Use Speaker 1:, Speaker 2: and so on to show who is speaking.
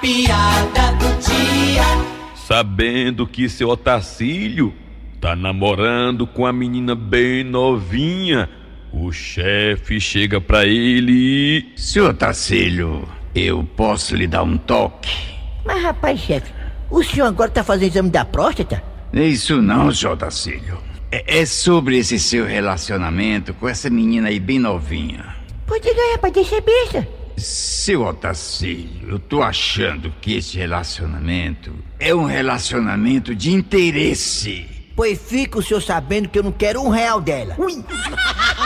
Speaker 1: piada do dia.
Speaker 2: Sabendo que seu Otacílio tá namorando com a menina bem novinha, o chefe chega pra ele e.
Speaker 3: Senhor Tarcílio, eu posso lhe dar um toque?
Speaker 4: Mas rapaz, chefe, o senhor agora tá fazendo exame da próstata?
Speaker 3: É Isso não, senhor Tarcílio. É, é sobre esse seu relacionamento com essa menina aí bem novinha.
Speaker 4: Pô, diga aí, rapaz, deixa besta.
Speaker 3: Seu Otacílio, eu tô achando que esse relacionamento é um relacionamento de interesse.
Speaker 4: Pois fica o senhor sabendo que eu não quero um real dela. Ui!